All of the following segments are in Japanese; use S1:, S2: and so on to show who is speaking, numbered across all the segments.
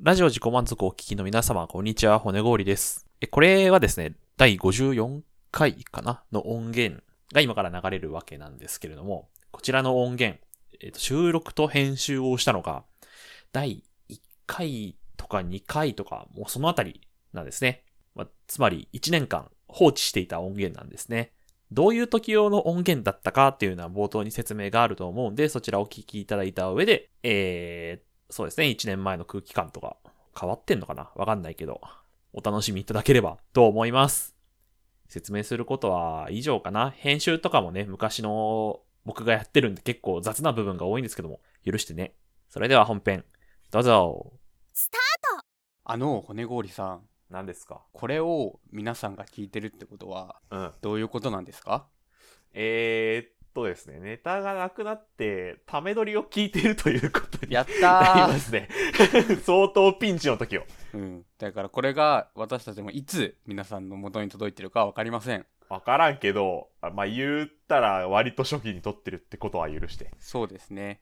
S1: ラジオ自己満足をお聞きの皆様、こんにちは、骨氷です。え、これはですね、第54回かなの音源が今から流れるわけなんですけれども、こちらの音源、えっ、と、収録と編集をしたのが、第1回とか2回とか、もうそのあたりなんですね。まあ、つまり1年間放置していた音源なんですね。どういう時用の音源だったかっていうのは冒頭に説明があると思うんで、そちらをお聞きいただいた上で、えー、そうですね、1年前の空気感とか変わってんのかなわかんないけど、お楽しみいただければと思います。説明することは以上かな。編集とかもね、昔の僕がやってるんで結構雑な部分が多いんですけども、許してね。それでは本編、どうぞ。
S2: あの骨氷さん
S1: 何ですか
S2: これを皆さんが聞いてるってことは
S1: うん。
S2: どういうことなんで すか
S1: えー、っとですね、ネタがなくなって、ため撮りを聞いてるということに
S2: やっ
S1: な
S2: た
S1: りま
S2: ー、
S1: すね。 相当ピンチの時を。
S2: うん、だからこれが私たちもいつ皆さんの元に届いてるかわかりません
S1: わからんけど、あまあ、言ったら割と初期に撮ってるってことは許して。
S2: そうですね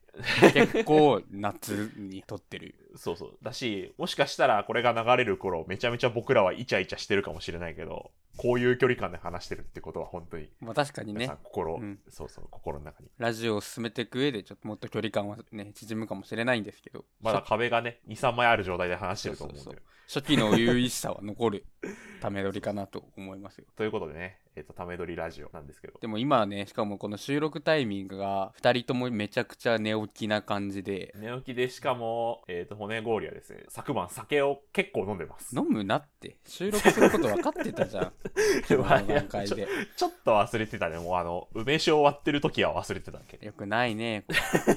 S2: 結構夏に撮ってる
S1: そうそう。だし、もしかしたらこれが流れる頃、めちゃめちゃ僕らはイチャイチャしてるかもしれないけど、こういう距離感で話してるってことは本当に、
S2: まあ確かに
S1: 皆さ
S2: ね
S1: ん心、
S2: うん
S1: そうそう、心の中に。
S2: ラジオを進めていく上でちょっともっと距離感はね縮むかもしれないんですけど
S1: まだ壁がね、2、3枚ある状態で話してると思うんだよ。
S2: そうそう初期の優位さは残るため撮りかなと思いますよ
S1: ということでね、えっ、と、ため撮りラジオなんですけど。
S2: でも今はねしかもこの収録タイミングが2人ともめちゃくちゃ寝起きな感じで
S1: 寝起きでしかも、えっ、と、骨氷はですね、昨晩酒を結構飲んでます。
S2: 飲むなって収録すること分かってた じゃん昨日の段階で
S1: ちょっと忘れてたね。もうあの、梅酒を割ってる時は忘れてたけど。
S2: よくないねこ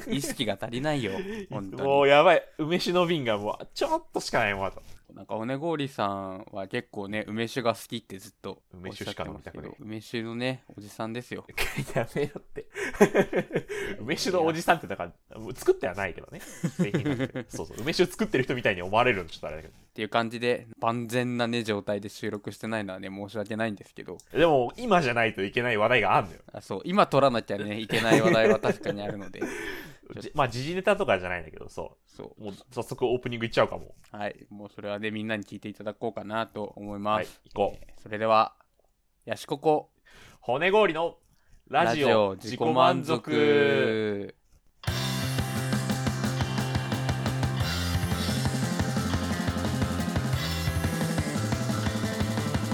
S2: れ意識が足りないよ本
S1: も
S2: 当
S1: う
S2: に
S1: やばい。梅酒の瓶がもう、ちょっとしかないもん、あと。
S2: なんか骨氷さんは結構ね梅酒が好きってずっとお
S1: 梅
S2: っし
S1: 酒
S2: ゃっ
S1: しか
S2: て
S1: 飲
S2: ま
S1: み
S2: す
S1: た
S2: け
S1: くない
S2: ど梅酒のねおじさんですよ
S1: やめろって。梅酒のおじさんって、だから、もう作ってはないけどね。製品なん でそうそう。梅酒作ってる人みたいに思われるのちょっとあれだけ
S2: っていう感じで万全なね状態で収録してないのはね申し訳ないんですけど
S1: ど。でも、今じゃないといけない話題があんのよ。
S2: あそう今撮らなきゃねいけない話題は確かにある ので
S1: じまあ、時事ネタとかじゃないんだけど、そ
S2: そう
S1: う。もう、早速オープニングいっちゃうかも。
S2: はいもうそれはねみんなに聞いていただこうかなと思います、
S1: はい、行こう。
S2: それではヤシココ
S1: 骨氷のラジオ自己満足。
S3: 回る回る楽しいこと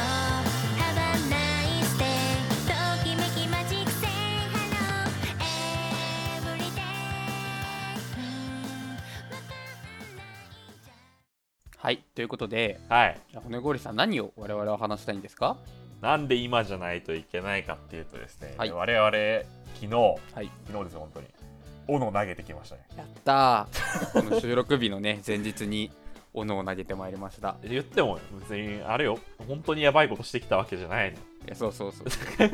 S3: ハバナイスデーときめきマジックセイハローエブリデイ
S2: はいということで
S1: はい。
S2: じゃあ骨氷さん何を我々は話したいんですか
S1: なんで今じゃないといけないかっていうとですね、
S2: はい
S1: 我々昨日
S2: はい
S1: 昨日ですよ本当に斧投げてきましたね
S2: やったー この収録日のね前日に斧を投げてまいりました
S1: 言っても別にあれよ本当にやばいことしてきたわけじゃないの
S2: いやそうそうそう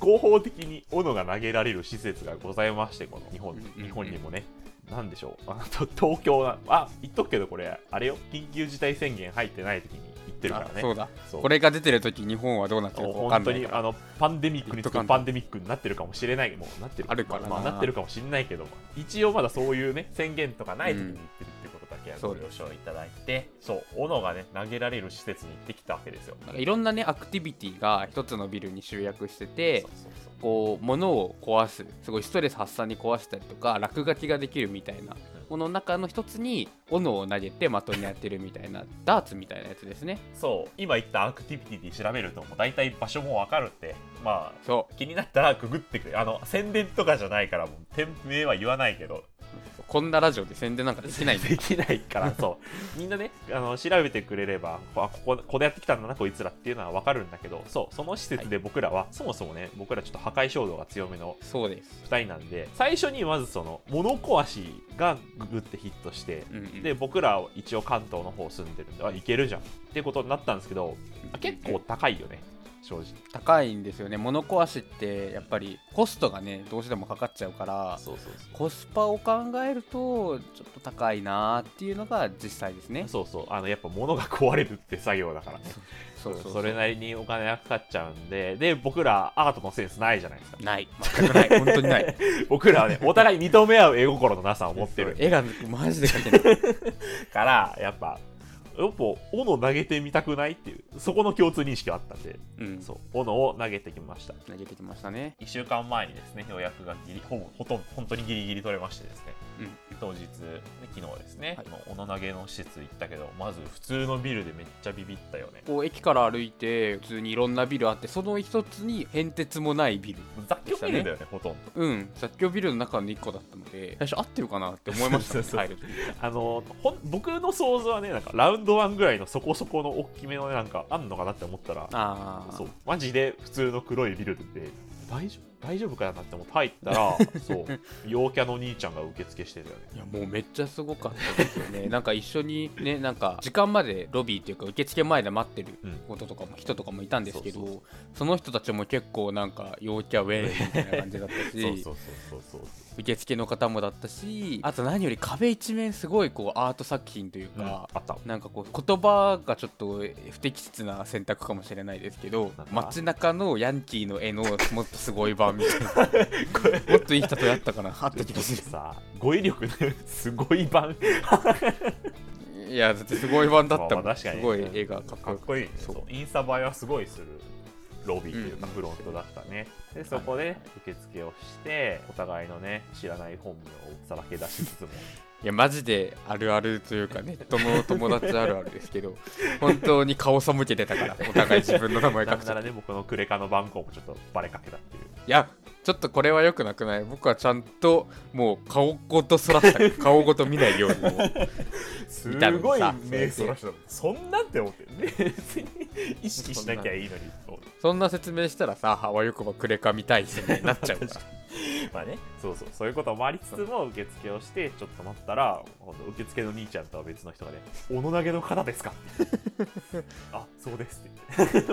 S1: 合法的に斧が投げられる施設がございましてこの日本
S2: うんうんうん
S1: 日本にもねなんでしょうあと東京なあ言っとくけどこれあれよ緊急事態宣言入ってない時に言ってるから
S2: あ
S1: ね
S2: そうだ
S1: そう
S2: これが出てる時日本はどうなってるか分か
S1: 本
S2: ん
S1: 当
S2: ない
S1: に
S2: から
S1: あのパンデミックに
S2: 言っと
S1: 次
S2: か
S1: ぐ
S2: んと
S1: パンデミックになってるかもしれないもうなってる
S2: あるからな
S1: まあ、まあなってるかもしれないけど一応まだそういうね宣言とかない時に行ってるってことだけは
S2: そ
S1: ご
S2: う
S1: 了承いただいて、そう斧がね投げられる施設に行ってきたわけですよ
S2: なんかいろんなねアクティビティが一つのビルに集約してて
S1: そうそうそう
S2: こう物を壊すすごいストレス発散に壊したりとか落書きができるみたいなこの中の一つに斧を投げて的に当てるみたいなダーツみたいなやつですね
S1: そう今言ったアクティビティで調べるともう大体場所もわかるってまあ
S2: そ
S1: 気になったらググってくれあの宣伝とかじゃないからもう店名は言わないけど
S2: うこんなラジオで宣伝なんかできない んだ
S1: できないから そうみんなねあの調べてくれればあここここでやってきたんだなこいつらっていうのは分かるんだけどそうその施設で僕らは、そもそもね僕らちょっと破壊衝動が強めの
S2: そうです
S1: 2人なんで最初にまずその物壊しがググってヒットして
S2: うんうん
S1: で僕らは一応関東の方住んでるんであいけるじゃんってことになったんですけどあ結構高いよね正直。
S2: 高いんですよね物壊しってやっぱりコストがねどうしてもかかっちゃうから
S1: そうそうそ
S2: コスパを考えるとちょっと高いなーっていうのが実際ですね
S1: う。そうそう。あの、やっぱ物が壊れるって作業だからね。
S2: そうそうそう
S1: れなりにお金がかかっちゃうんで、で、僕らアートのセンスないじゃないですか。
S2: ない全くない本当にない
S1: 僕らは ね、お互い認め合う絵心のなさを持って
S2: そう
S1: る
S2: 絵がマジで描けない
S1: から、やっぱ、やっぱ、斧投げてみたくないっていう、そこの共通認識はあったんで、
S2: うん
S1: そう、斧を投げてきました。
S2: 投げてきましたね
S1: 1週間前にですね、予約がギリ、ほぼ、ほとんど、本当にギリギリ取れましてですね、
S2: うん
S1: 当日、ね、昨日ですね、
S2: はい
S1: この斧投げの施設行ったけど、まず普通のビルでめっちゃビビったよね。
S2: こう駅から歩いて普通にいろんなビルあってその一つに変哲もないビル
S1: 雑居ビルだよね、ほとんど。
S2: うん雑居ビルの中の1個だったので最初合ってるかなって思いましたもん
S1: そうそう
S2: 入
S1: そう
S2: る
S1: あのほん僕の想像はねなんかラウンドワンぐらいのそこそこの大きめのねなんかあんのかなって思ったら
S2: ああ
S1: そうマジで普通の黒いビルで大丈夫大丈夫かなって思って入った らそう陽キャの兄ちゃんが受付してたよね
S2: いやもうめっちゃすごかったですよねなんか一緒にねなんか時間までロビーっていうか受付前で待ってる
S1: うん
S2: こととかも人とかもいたんですけど、
S1: そう
S2: そ
S1: そう
S2: の人たちも結構なんか陽キャウェイみたいな感じだったし
S1: そうそうそうそう
S2: 受付の方もだったしあと何より壁一面すごいこうアート作品という
S1: そう、うんあ
S2: か、
S1: った
S2: なんかこう言葉がちょっと不適切な選択かもしれないですけど
S1: なんだ
S2: 街中のヤンキーの絵のもっとすごい版みたい な もっといい人とやったかなあった気がする
S1: さ語彙力のすごい版
S2: いやだってすごい版だったもん、
S1: まあまあ確か
S2: す
S1: に
S2: ごい絵がかっこ
S1: かっ
S2: よく
S1: こいいね
S2: そう
S1: そうインスタ映えはすごいするロビーというか
S2: うん
S1: フロントだったね、でそこで受付をしてお互いのね知らない本名をさらけ出しつつも
S2: いやマジであるあるというかネットの友達あるあるです けど本当に顔背けてたからお互い自分の名前
S1: な
S2: 隠
S1: ん
S2: し
S1: な
S2: て
S1: らね、僕のクレカの番号もちょっとバレかけたっていう。
S2: いやちょっとこれは良くなくない僕はちゃんともう顔ごとそらした顔ごと見ないようにもう
S1: す
S2: 見たのに
S1: ごい
S2: さ
S1: 目そらしたの。そんなんって思って、別 に意識しなきゃいいのに。
S2: そんな説明したらさあわよくばクレカみたいです ねなっちゃうから
S1: まあね、そうそう、そういうこともありつつも、受付をして、ちょっと待ったら、今度受付の兄ちゃんとは別の人がね、おの投げの方ですか ってあ、そうですって 言って。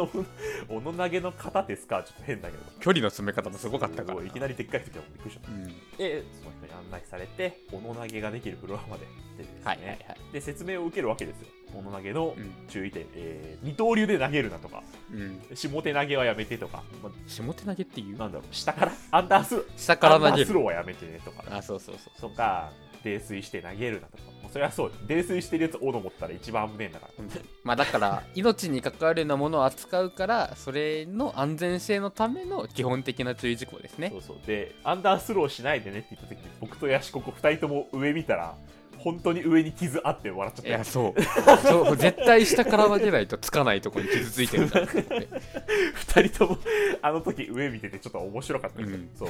S1: おの投げの方ですかちょっと変だけど。
S2: 距離の詰め方もすごかったから
S1: いきなりでっかい時はびっくりした
S2: う。ん、はい
S1: で、その人に案内されて、おの投げができるフロアまで出てですね。
S2: はいはい
S1: で説明を受けるわけですよ。斧投げの
S2: うん
S1: 注意点、えー二刀流で投げるなとか、
S2: うん
S1: 下手投げはやめてとか、ま
S2: 下手投げっていう
S1: なんだろう、下から、アンダースロー、
S2: 下から
S1: アン
S2: 投
S1: ダ
S2: げ
S1: ースロ
S2: る
S1: ーはやめてねとか、
S2: あそうそうそう
S1: とか、泥酔して投げるなとか、もうそれはそう、泥酔してるやつ、斧持ったら一番危ねえんだから。
S2: まあだから命に関わるようなものを扱うからそれの安全性のための基本的な注意事項ですね
S1: そうそう。で、アンダースローしないでねって言った時に、僕とヤシココ二人とも上見たら、本当に上に傷あって笑っちゃっ
S2: い
S1: たよ
S2: や。そう そう絶対下から投げないとつかないとこに傷ついてるんだと思って
S1: 二人ともあの時上見ててちょっと面白かったですよ、
S2: うん
S1: そう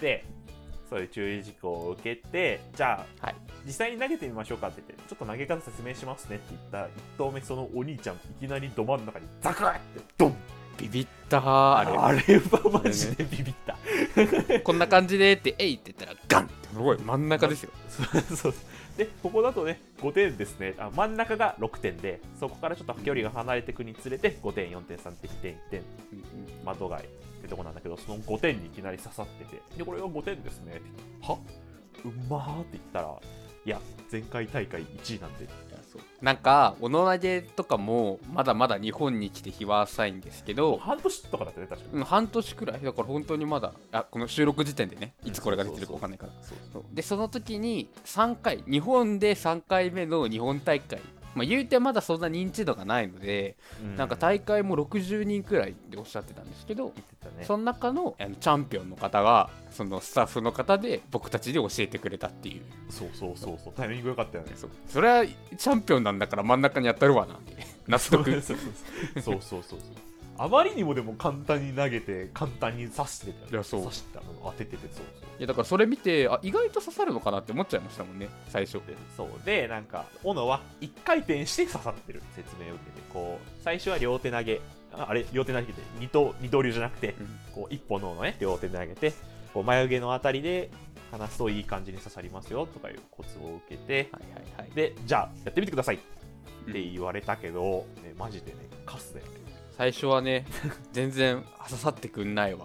S1: でそういう注意事項を受けてじゃあ、
S2: はい
S1: 実際に投げてみましょうかって言ってちょっと投げ方説明しますねって言った一投目そのお兄ちゃんいきなりど真ん中にザクッってドン
S2: ビビったーあれ
S1: あれはマジでビビ った、
S2: こんな感じでってえいって言ったらガンってすごい真ん中ですよ
S1: そうそうでここだとね5点ですねあ真ん中が6点でそこからちょっと距離が離れていくにつれて5点4点3点1点1点窓外ってとこなんだけどその5点にいきなり刺さっててでこれが5点ですねってはうまーって言ったらいや前回大会1位なんで
S2: なんかおの投げとかもまだまだ日本に来て日は浅いんですけど
S1: 半年とかだったね確か
S2: うん半年くらいだから本当にまだあこの収録時点でねいつこれが出てるか分かんないから
S1: そう
S2: そうでその時に3回日本で3回目の日本大会、まあ、言うてまだそんな認知度がないので、なんか
S1: 大
S2: 大会も60人くらいっておっしゃってたんですけど、
S1: 言ってたね
S2: その中のあのチャンピオンの方がそのスタッフの方で僕たちに教えてくれたっていう
S1: そうそうそうそうタイミング良かったよね
S2: そうそれはチャンピオンなんだから真ん中にやったるわな って納
S1: そう
S2: 得
S1: そうそうそうそうそうあまりにもでも簡単に投げて簡単に刺してたよね
S2: いやそう
S1: 刺してたの当てててそうそう
S2: いやだからそれ見てあ意外と刺さるのかなって思っちゃいましたもんね最初
S1: でそうでなんか斧は1回転して刺さってる説明を受けてこう最初は両手投げああれ両手投げて二刀二刀流じゃなくて
S2: うん
S1: こう一本の斧ね両手で投げてこう眉毛のあたりで離すといい感じに刺さりますよとかいうコツを受けて
S2: はいはいはい
S1: でじゃあやってみてくださいって
S2: うん
S1: 言われたけど、ね、マジでねカスだよね
S2: 最初はね 全然刺さってくんないわ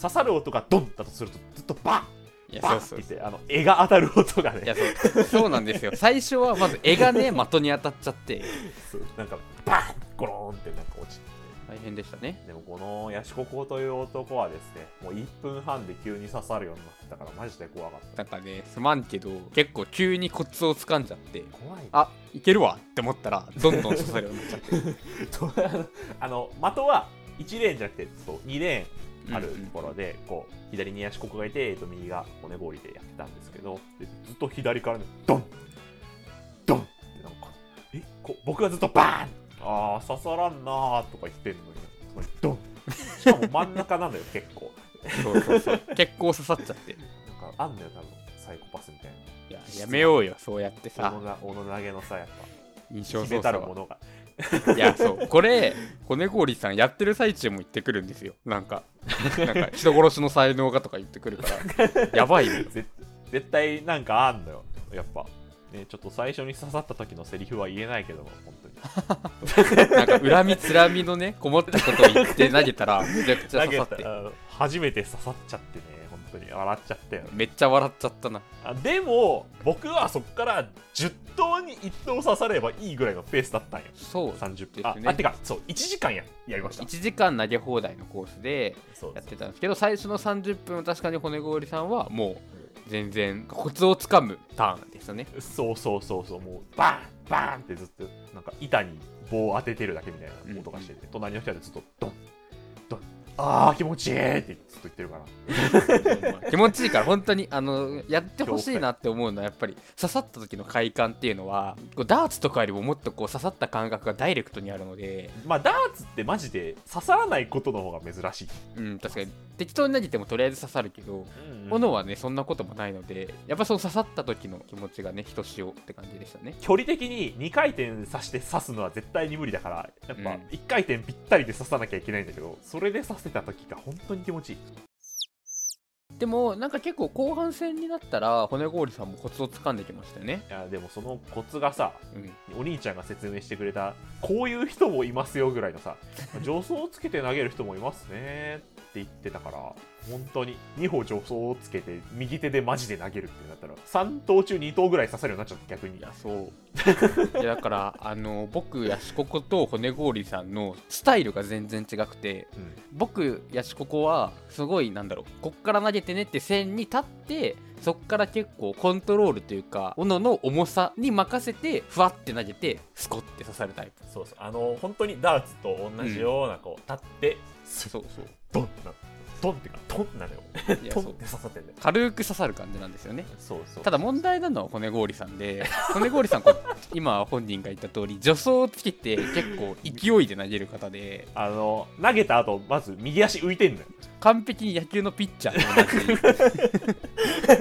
S1: 刺さる音がドンだとするとずっとバ
S2: い
S1: ッ
S2: や
S1: バ
S2: そう
S1: ッって
S2: そ
S1: 言
S2: う
S1: ってあの絵が当たる音が
S2: い
S1: ね
S2: やそうそうなんですよ最初はまず絵がね的に当たっちゃって
S1: そうなんかバッゴローンってなんか落ちて
S2: 大変でしたね
S1: でもこのヤシココという男はですねもう1分半で急に刺さるようになってたからマジで怖かった
S2: なんかねすまんけど結構急にコツをつかんじゃって
S1: 怖いね
S2: あいけるわって思ったらどんどん刺さるようになっちゃ って
S1: とあの的は1レーンじゃなくてそう2レーンあるところで、こう左に足ここがいて、えっと、右が骨氷でやってたんですけどでずっと左からねドンドンってなんかえこ僕がずっとバーンあー刺さらんなーとか言ってんのにそれドンしかも真ん中 なんだよ結構
S2: そうそうそう結構刺さっちゃってい
S1: なんかあんのよ多分サイコパスみたいな
S2: ややめようよそうやってさ
S1: 斧が斧投げのさやっぱ
S2: 印象
S1: 決
S2: 操
S1: めたる
S2: 作は
S1: ものが
S2: いやそうこれ骨氷さんやってる最中も言ってくるんですよなんかなんか人殺しの才能がとか言ってくるからやばいよ
S1: 絶絶対なんかあんのよやっぱ、ね、ちょっと最初に刺さった時のセリフは言えないけども本当に
S2: なんか恨みつらみのねこもったことを言って投げたらめちゃくちゃ
S1: 投げ
S2: 刺さ
S1: た
S2: って
S1: あ初めて刺さっちゃってね本当に笑っちゃったよ
S2: めっちゃ笑っちゃったな
S1: あでも僕はそこから10頭に1頭刺さればいいぐらいのペースだったんよ
S2: そう
S1: 30
S2: で
S1: 分、
S2: すね
S1: ああてかそう1時間ややりました
S2: 1時間投げ放題のコースで
S1: そう
S2: やってたんですけど最初の30分は確かに骨氷さんはもう全然コツをつかむターンですよね
S1: そうそうそうそうもうバーンバーンってずっとなんか板に棒を当ててるだけみたいな音がしてて、隣の人でずっとドンドンあー気持ちいいってずっと言ってるから
S2: 気持ちいいから本当にあのやってほしいなって思うのはやっぱり刺さった時の快感っていうのはこうダーツとかよりももっとこう刺さった感覚がダイレクトにあるので、
S1: まあダーツってマジで刺さらないことの方が珍しい、
S2: うん、確かに適当に投げてもとりあえず刺さるけど
S1: 斧
S2: 斧はねそんなこともないのでやっぱその刺さった時の気持ちがねひとしおって感じでしたね
S1: 距離的に2回転刺して刺すのは絶対に無理だからやっ
S2: う
S1: ぱ
S2: ん
S1: 1回転ぴったりで刺さなきゃいけないんだけどそれで刺せた時が本当に気持ちいい
S2: でもなんか結構後半戦になったら骨氷さんもコツをつかんできましたよね
S1: いやでもそのコツがさ
S2: うん
S1: お兄ちゃんが説明してくれたこういう人もいますよぐらいのさ助走をつけて投げる人もいますねって言ってたから本当に2歩助走をつけて右手でマジで投げるってなったら3投中2投ぐらい刺さるようになっちゃった逆に
S2: いやそういやだからあの僕ヤシココと骨氷さんのスタイルが全然違くて
S1: うん
S2: 僕ヤシココはすごいなんだろうこっから投げてねって線に立ってそっから結構コントロールというか斧の重さに任せてふわって投げてスコって刺さるタイプ
S1: そうそうあの本当にダーツと同じようなこう、立ってス
S2: そうそう
S1: ドンってなドンってかトンってなるよ
S2: いや
S1: ト
S2: そ
S1: ンっ
S2: う
S1: て刺さってんだよ
S2: 軽く刺さる感じなんですよね
S1: そうそう
S2: ただ問題なのは骨氷さんで 骨氷さんこう今本人が言った通り助走をつけて結構勢いで投げる方で
S1: あの投げた後まず右足浮いてんのよ
S2: 完璧に野球のピッチャーと同じ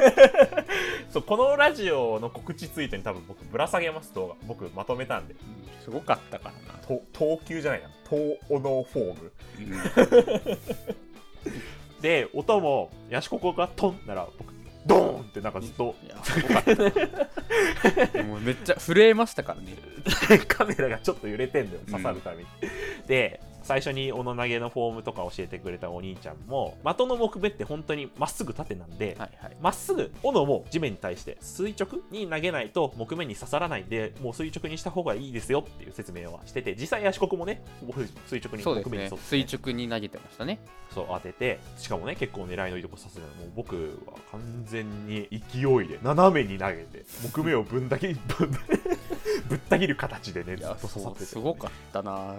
S1: そうこのラジオの告知ツイートに多分僕ぶら下げます動画僕まとめたんです
S2: ごかったからな。
S1: と投球じゃないな投斧フォームで音もヤシココがトンなら僕ドーンってなんかずっと
S2: いや、すごか った。もうめっちゃ震えましたからね。
S1: カメラがちょっと揺れてんだよ刺さるために、で最初に斧投げのフォームとか教えてくれたお兄ちゃんも的の木目って本当にまっすぐ縦なんで、
S2: はいはい。
S1: まっすぐ斧も地面に対して垂直に投げないと木目に刺さらないんでもう垂直にした方がいいですよっていう説明はしてて実際足国もねほぼ垂直に
S2: そうで
S1: 木
S2: す
S1: 目に沿
S2: ね
S1: って。
S2: 垂直に投げてましたね。
S1: そう当ててしかもね結構狙いのいいとこ刺すのもう僕は完全に勢いで斜めに投げて木目をぶんだけぶん ぶった切る形でね
S2: い
S1: ずっ
S2: や、
S1: と刺さってて、
S2: すごかったな。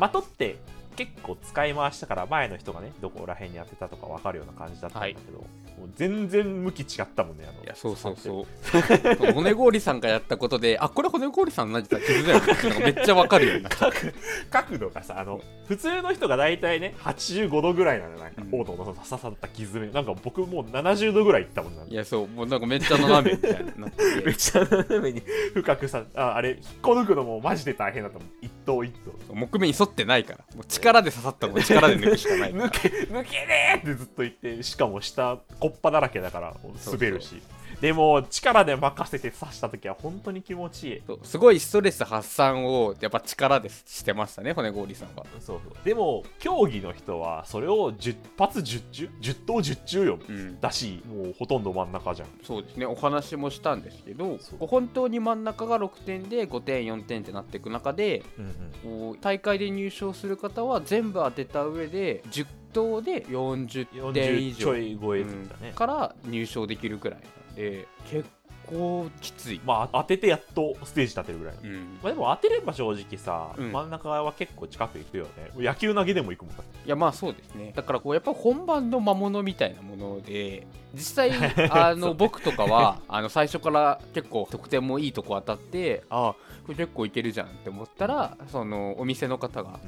S1: 的って結構使い回したから前の人がねどこら辺に当てたとか分かるような感じだったんだけど、もう全然向き違ったもんねあの
S2: いや、そうそう
S1: 刺さってる
S2: そう。 骨氷さんがやったことで、あ、これ骨氷さんの投げた傷だよねっていうのがめっちゃわかるようになった。
S1: 角角度がさあの普通の人が大体ね85度ぐらいなのよなんか
S2: うん
S1: 王道の刺さった傷目なんか僕もう70度ぐらいいったもんなん
S2: い
S1: か
S2: や、そう、もうなんかめっちゃ斜めみたいになって。
S1: めってちゃ斜めに深くさああれ引っこ抜くのもマジで大変だったもん一頭一頭
S2: 木目に沿ってないから。もう力で刺さったのも力 で抜くしかないか
S1: 抜
S2: ら。
S1: け抜けねーってずっと言ってしかも下こっぱだらけだからもう滑るしでも、力で任せて刺した時は本当に気持ちいい。
S2: そうすごいストレス発散をやっぱ力でしてましたね骨氷さんは
S1: そうそう。でも、競技の人は、それを10発10中 ?10 投10中よ。
S2: うん
S1: だし、もうほとんど真ん中じゃん。
S2: そうですねお話もしたんですけど
S1: そう
S2: こう本当に真ん中が6点で5点4点ってなっていく中で
S1: うんうん。
S2: こう大会で入賞する方は全部当てた上で10投で40点以
S1: 40ち
S2: 上
S1: ょい超え
S2: う
S1: て
S2: ん
S1: きたね。
S2: から入賞できるくらいなんで結構きつい、
S1: まあ、当ててやっとステージ立てるぐらい。
S2: うん
S1: まあでも当てれば正直さ、
S2: うん
S1: 真ん中は結構近く行くよね。野球投げでも行くもんだって
S2: いやまあそうですねだからこうやっぱ本番の魔物みたいなもので実際 あ
S1: そう
S2: の
S1: ね
S2: 僕とかはあの最初から結構得点もいいとこ当たってああこれ結構いけるじゃんって思ったらそのお店の方が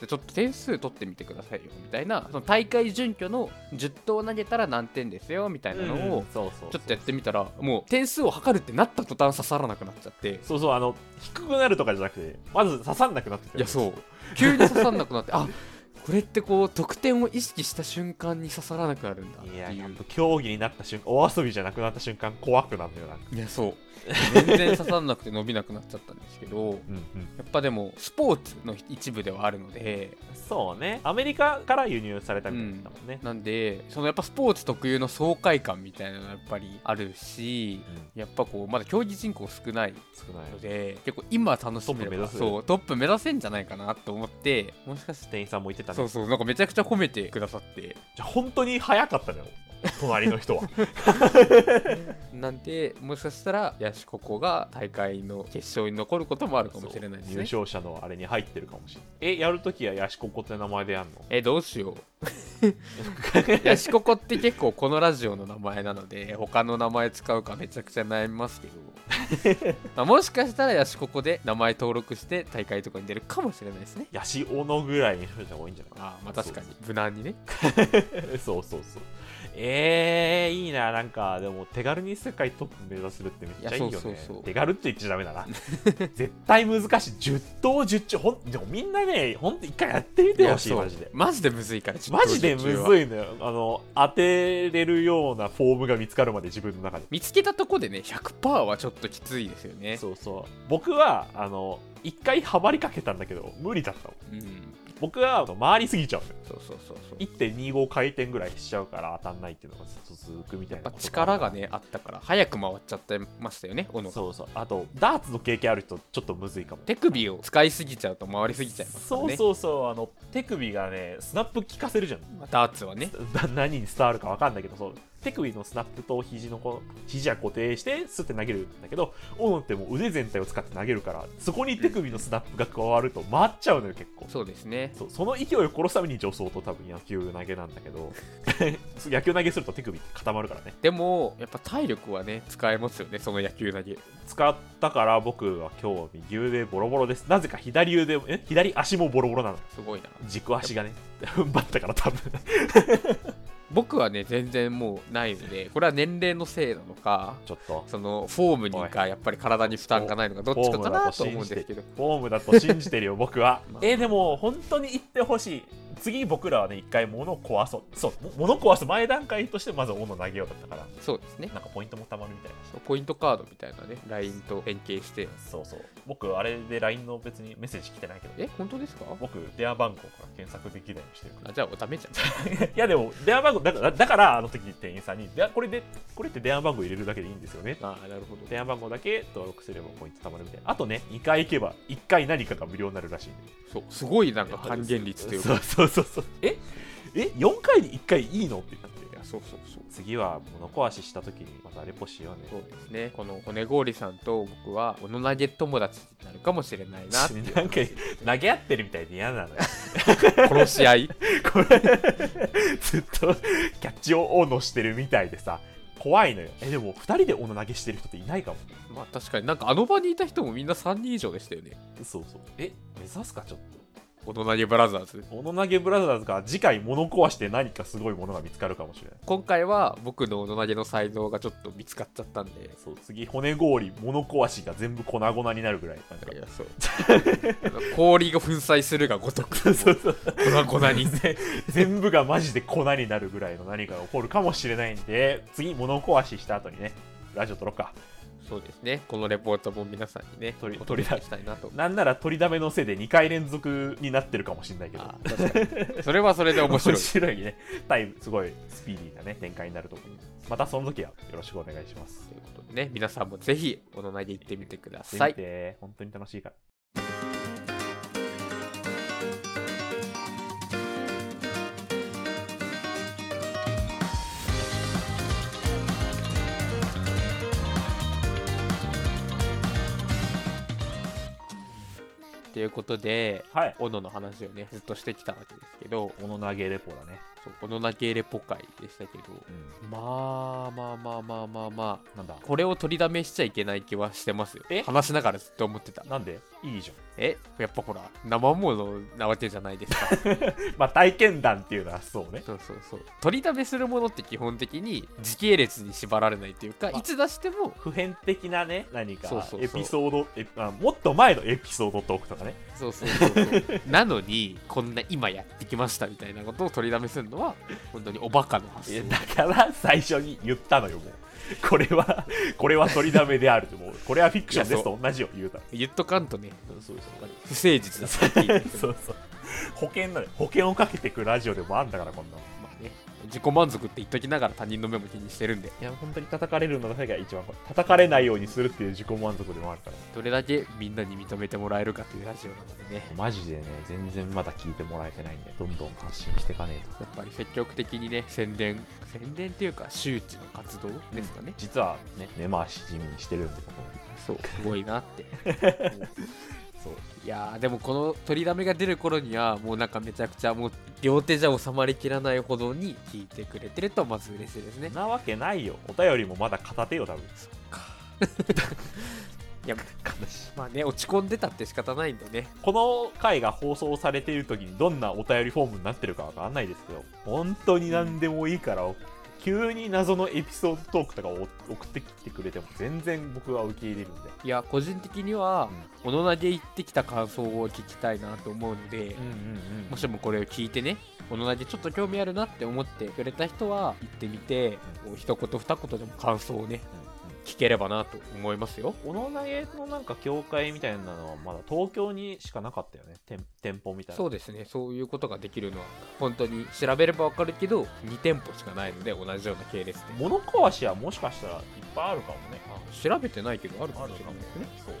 S2: でちょっと点数取ってみてくださいよみたいなその大会準拠の10投投げたら何点ですよみたいなのを
S1: そうそうそう
S2: ちょっとやってみたらもう点数を測るってなった途端刺さらなくなっちゃって
S1: そうそうあの低くなるとかじゃなくてまず刺さんなくなってきた
S2: いやそう急に刺さらなくなってあこれってこう得点を意識した瞬間に刺さらなくなるんだってい
S1: いうややっぱ競技になった瞬間お遊びじゃなくなった瞬間怖くなるのよなんか
S2: いやそう全然刺さらなくて伸びなくなっちゃったんですけど
S1: うんうん
S2: やっぱでもスポーツの一部ではあるので
S1: そうねアメリカから輸入されたみたいだったもんね、
S2: なんでそのやっぱスポーツ特有の爽快感みたいなのがやっぱりあるし
S1: うん
S2: やっぱこうまだ競技人口少ない
S1: 少ない
S2: ので結構今楽しめれ
S1: トップ目
S2: ば
S1: 指せ
S2: そうトップ目指せんじゃないかなと思ってもしかして
S1: 店員さんも言ってたね
S2: そうそうなんかめちゃくちゃ褒めてくださって
S1: じゃあ本当に早かったのよ隣の人 は
S2: なんでもしかしたらヤシココが大会の決勝に残ることもあるかもしれないです
S1: 入
S2: ね
S1: 賞者のあれに入ってるかもしれないえやるときはヤシココって名前でやんの
S2: えどうしよ うヤシココって結構このラジオの名前なので他の名前使うかめちゃくちゃ悩みますけど、 まあ、もしかしたらヤシココで名前登録して大会とかに出るかもしれないですね
S1: ヤシオノぐらいにしといた方がいいんじゃないかな
S2: ああまあ確かに無難にね
S1: そう そうそう。えー、いいな、なんか、でも、手軽に世界トップ目指せるってめっちゃいいよね。
S2: いやそうそうそう
S1: 手軽って言っちゃダメだな。 絶対難しい。10投10中、ほん、でもみんなね、ほんと一回やってみてほしい、
S2: そう
S1: マジで。
S2: マジでむずいから
S1: マジでむず
S2: い
S1: いのよ。あの、当てれるようなフォームが見つかるまで自分の中で。
S2: 見つけたとこでね100%はちょっときついですよね
S1: そうそう。僕は、あの、一回ハマりかけたんだけど、無理だったの。
S2: うん
S1: 僕は、あの回りすぎちゃうのよ。
S2: そうそうそうそう
S1: 1.25回転ぐらいしちゃうから当たんないっていうのがずっと続くみたい
S2: やっ
S1: なこ
S2: ぱ
S1: とある
S2: 力がねあったから早く回っちゃってましたよね斧が
S1: そうそうあとダーツの経験ある人ちょっとむずいかも
S2: 手首を使いすぎちゃうと回りすぎちゃいますから
S1: そう
S2: ね
S1: そうそうあの手首がねスナップ効かせるじゃん
S2: まあダーツはね
S1: な何に伝わるかわかんないけどそう手首のスナップと肘のこう肘は固定してスッて投げるんだけど斧ってもう腕全体を使って投げるからそこに手首のスナップが加わると回っちゃうのよ結構
S2: そうですね
S1: そうその勢いを殺すために助走と多分野球投げなんだけど そう野球投げすると手首って固まるからね
S2: でもやっぱ体力はね使えますよねその野球投げ
S1: 使ったから僕は今日は右腕ボロボロですなぜか左腕もえ左足もボロボロなの
S2: すごいな
S1: 軸足がね踏ん張ったから 多分
S2: 僕はね全然もうないのでこれは年齢のせいなのか
S1: ちょっと
S2: そのフォームにかやっぱり体に負担がないのかどっちかかなと思うんですけど
S1: フォームだと信じてる よ僕は
S2: まあ
S1: えでも本当に言ってほしい次僕らはね一回物を壊そうそうも物壊す前段階としてまず斧投げようだったから
S2: そうですね
S1: なんかポイントもたまるみたいな
S2: ポイントカードみたいなねラインと連携して
S1: そうそう僕あれで LINE の別にメッセージ来てないけど
S2: え本当ですか
S1: 僕電話番号から検索できないようにしてるから
S2: あじゃあダメ じゃん
S1: いやでも電話番号だからだからあの時店員さんにでこれでこれって電話番号入れるだけでいいんですよね
S2: ああなるほど
S1: 電話番号だけ登録すればポイント貯まるみたいなあとね2回行けば1回何かが無料になるらしいんで
S2: そうすごいなんか還元率という
S1: そう
S2: か
S1: そうそうそうええ4回に1回いいのって言ったん
S2: い
S1: で
S2: やそうそうそう
S1: 次は物壊しした時にまたあれポしよう
S2: そう
S1: ね
S2: ですねこの骨氷さんと僕はおの投げ友達になるかもしれないな っていう
S1: なんか投げ合ってるみたいで嫌なのよ
S2: 殺し合い
S1: これずっとキャッチを斧してるみたいでさ怖いのよえでも2人で斧投げしてる人っていないかも
S2: まあ確かになんかあの場にいた人もみんな3人以上でしたよね。
S1: そうそうえ目指すかちょっと
S2: おの投げブラザーズ。
S1: 斧投げブラザーズが次回物壊して何かすごいものが見つかるかもしれない
S2: 今回は僕のおの投げの才能がちょっと見つかっちゃったんで。
S1: そう次骨氷物壊しが全部粉々になるぐらいなんか
S2: いやそう あの氷が粉砕するがごとく
S1: そうそうそう
S2: 粉々に
S1: ぜ全部がマジで粉になるぐらいの何かが起こるかもしれないんで次物壊しした後にねラジオ撮ろうか。
S2: そうですね。このレポートも皆さんにね、
S1: 取り
S2: お届けしたいなと。
S1: なんなら取りだめのせいで2回連続になってるかもしれないけど。
S2: あー確かにそれはそれで面白い。
S1: ね。タイム、すごいスピーディーなね、展開になると思います。またその時はよろしくお願いします
S2: と。いうことでね、皆さんもぜひ、おのないで行ってみてくだ
S1: や
S2: さ
S1: ってみ
S2: い。
S1: て、本当に楽しいから。
S2: ということで、
S1: はい。
S2: おのの話をね、ずっとしてきたわけですけど、
S1: おの投げレポだね。
S2: そうおのなけレポ会でしたけど、
S1: うん。
S2: まあまあまあまあまあまあ、
S1: なんだ
S2: これを取りだめしちゃいけない気はしてますよ
S1: え。
S2: 話しながらずっと思ってた。
S1: なんでいいじゃん。
S2: えやっぱほら、生ものなわけじゃないですか。
S1: まあ、体験談っていうのはそうね。
S2: そうそうそう。取りだめするものって基本的に時系列に縛られないというか、いつ出しても、
S1: 普遍的なね、何か
S2: そうそうそう
S1: エピソードえあ、もっと前のエピソードトークとかね。
S2: そうそうそう そう。なのに、こんな今やってきましたみたいなことを取りだめするのは、本当におバカの発
S1: いや
S2: 想。
S1: だから最初に言ったのよ、もう。 これは、これは取りだめであるって、もう、これはフィクションですと同じよ、言うたら。
S2: 言っとかんとね、
S1: そうそ
S2: 不誠実だって言うけど
S1: う そう。保険なのよ保険をかけてくラジオでもあんだから、こんなの。
S2: まあね、自己満足って言っときながら他人の目も気にしてるんで、
S1: いや、本当に叩かれるのが世界一番怖い。叩かれないようにするっていう自己満足でもあるから。
S2: どれだけみんなに認めてもらえるかというラジオなのでね、
S1: マジでね、全然まだ聞いてもらえてないんで、どんどん発信していかねえと。
S2: やっぱり積極的にね、宣伝、宣伝っていうか、周知の活動ですかね。
S1: 実はね、根回し地味にしてるんで、ここ
S2: そう、すごいなって。
S1: そう。
S2: いやーでもこの取りだめが出る頃にはもうなんかめちゃくちゃもう両手じゃ収まりきらないほどに聞いてくれてるとまず嬉しいですね
S1: なわけないよ。お便りもまだ片手よ、多分。
S2: いや
S1: 悲し い。
S2: まあね落ち込んでたって仕方ないんでね
S1: この回が放送されている時にどんなお便りフォームになってるかわかんないですけど、本当に何でもいいから、急に謎のエピソードトークとかを送ってきてくれても全然僕は受け入れるんで。
S2: いや個人的には小野投げ行ってきた感想を聞きたいなと思うので、
S1: うんうん
S2: もしもこれを聞いてね小野投げちょっと興味あるなって思ってくれた人は行ってみて、こう一言二言でも感想をね聞ければなと思いますよ
S1: 小野投げのなんか協会みたいなのはまだ東京にしかなかったよね。店店舗みたいな。
S2: そうですねそういうことができるのは本当に調べればわかるけど2店舗しかないので同じような系列で
S1: 物壊しはもしかしたらいっぱいあるかもね。
S2: 調べてないけどあるかもしれないですね
S1: そう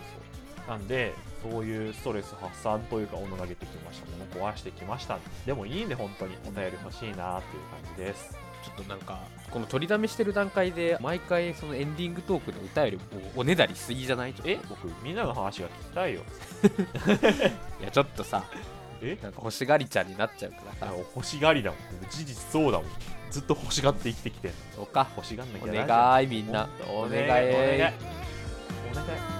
S1: そう。なんで、そういうストレス発散というか、おの投げてきました、物壊してきました。でもいいね、本当に。お便り欲しいなっていう感じです。
S2: ちょっとなんかこの取りだめしてる段階で毎回そのエンディングトークの歌よりもおねだりしすぎじゃない
S1: え僕、みんなの話が聞きたいよ。
S2: いやちょっとさ
S1: え
S2: なんか欲しがりちゃんになっちゃうからさ
S1: 欲しがりだもん。事実そうだもん。ずっと欲しがって生きてきてんの
S2: そうか
S1: 欲しがんなき
S2: お
S1: ゃな
S2: 願いみんな
S1: お
S2: お
S1: 願い
S2: 願い
S1: お願いお願い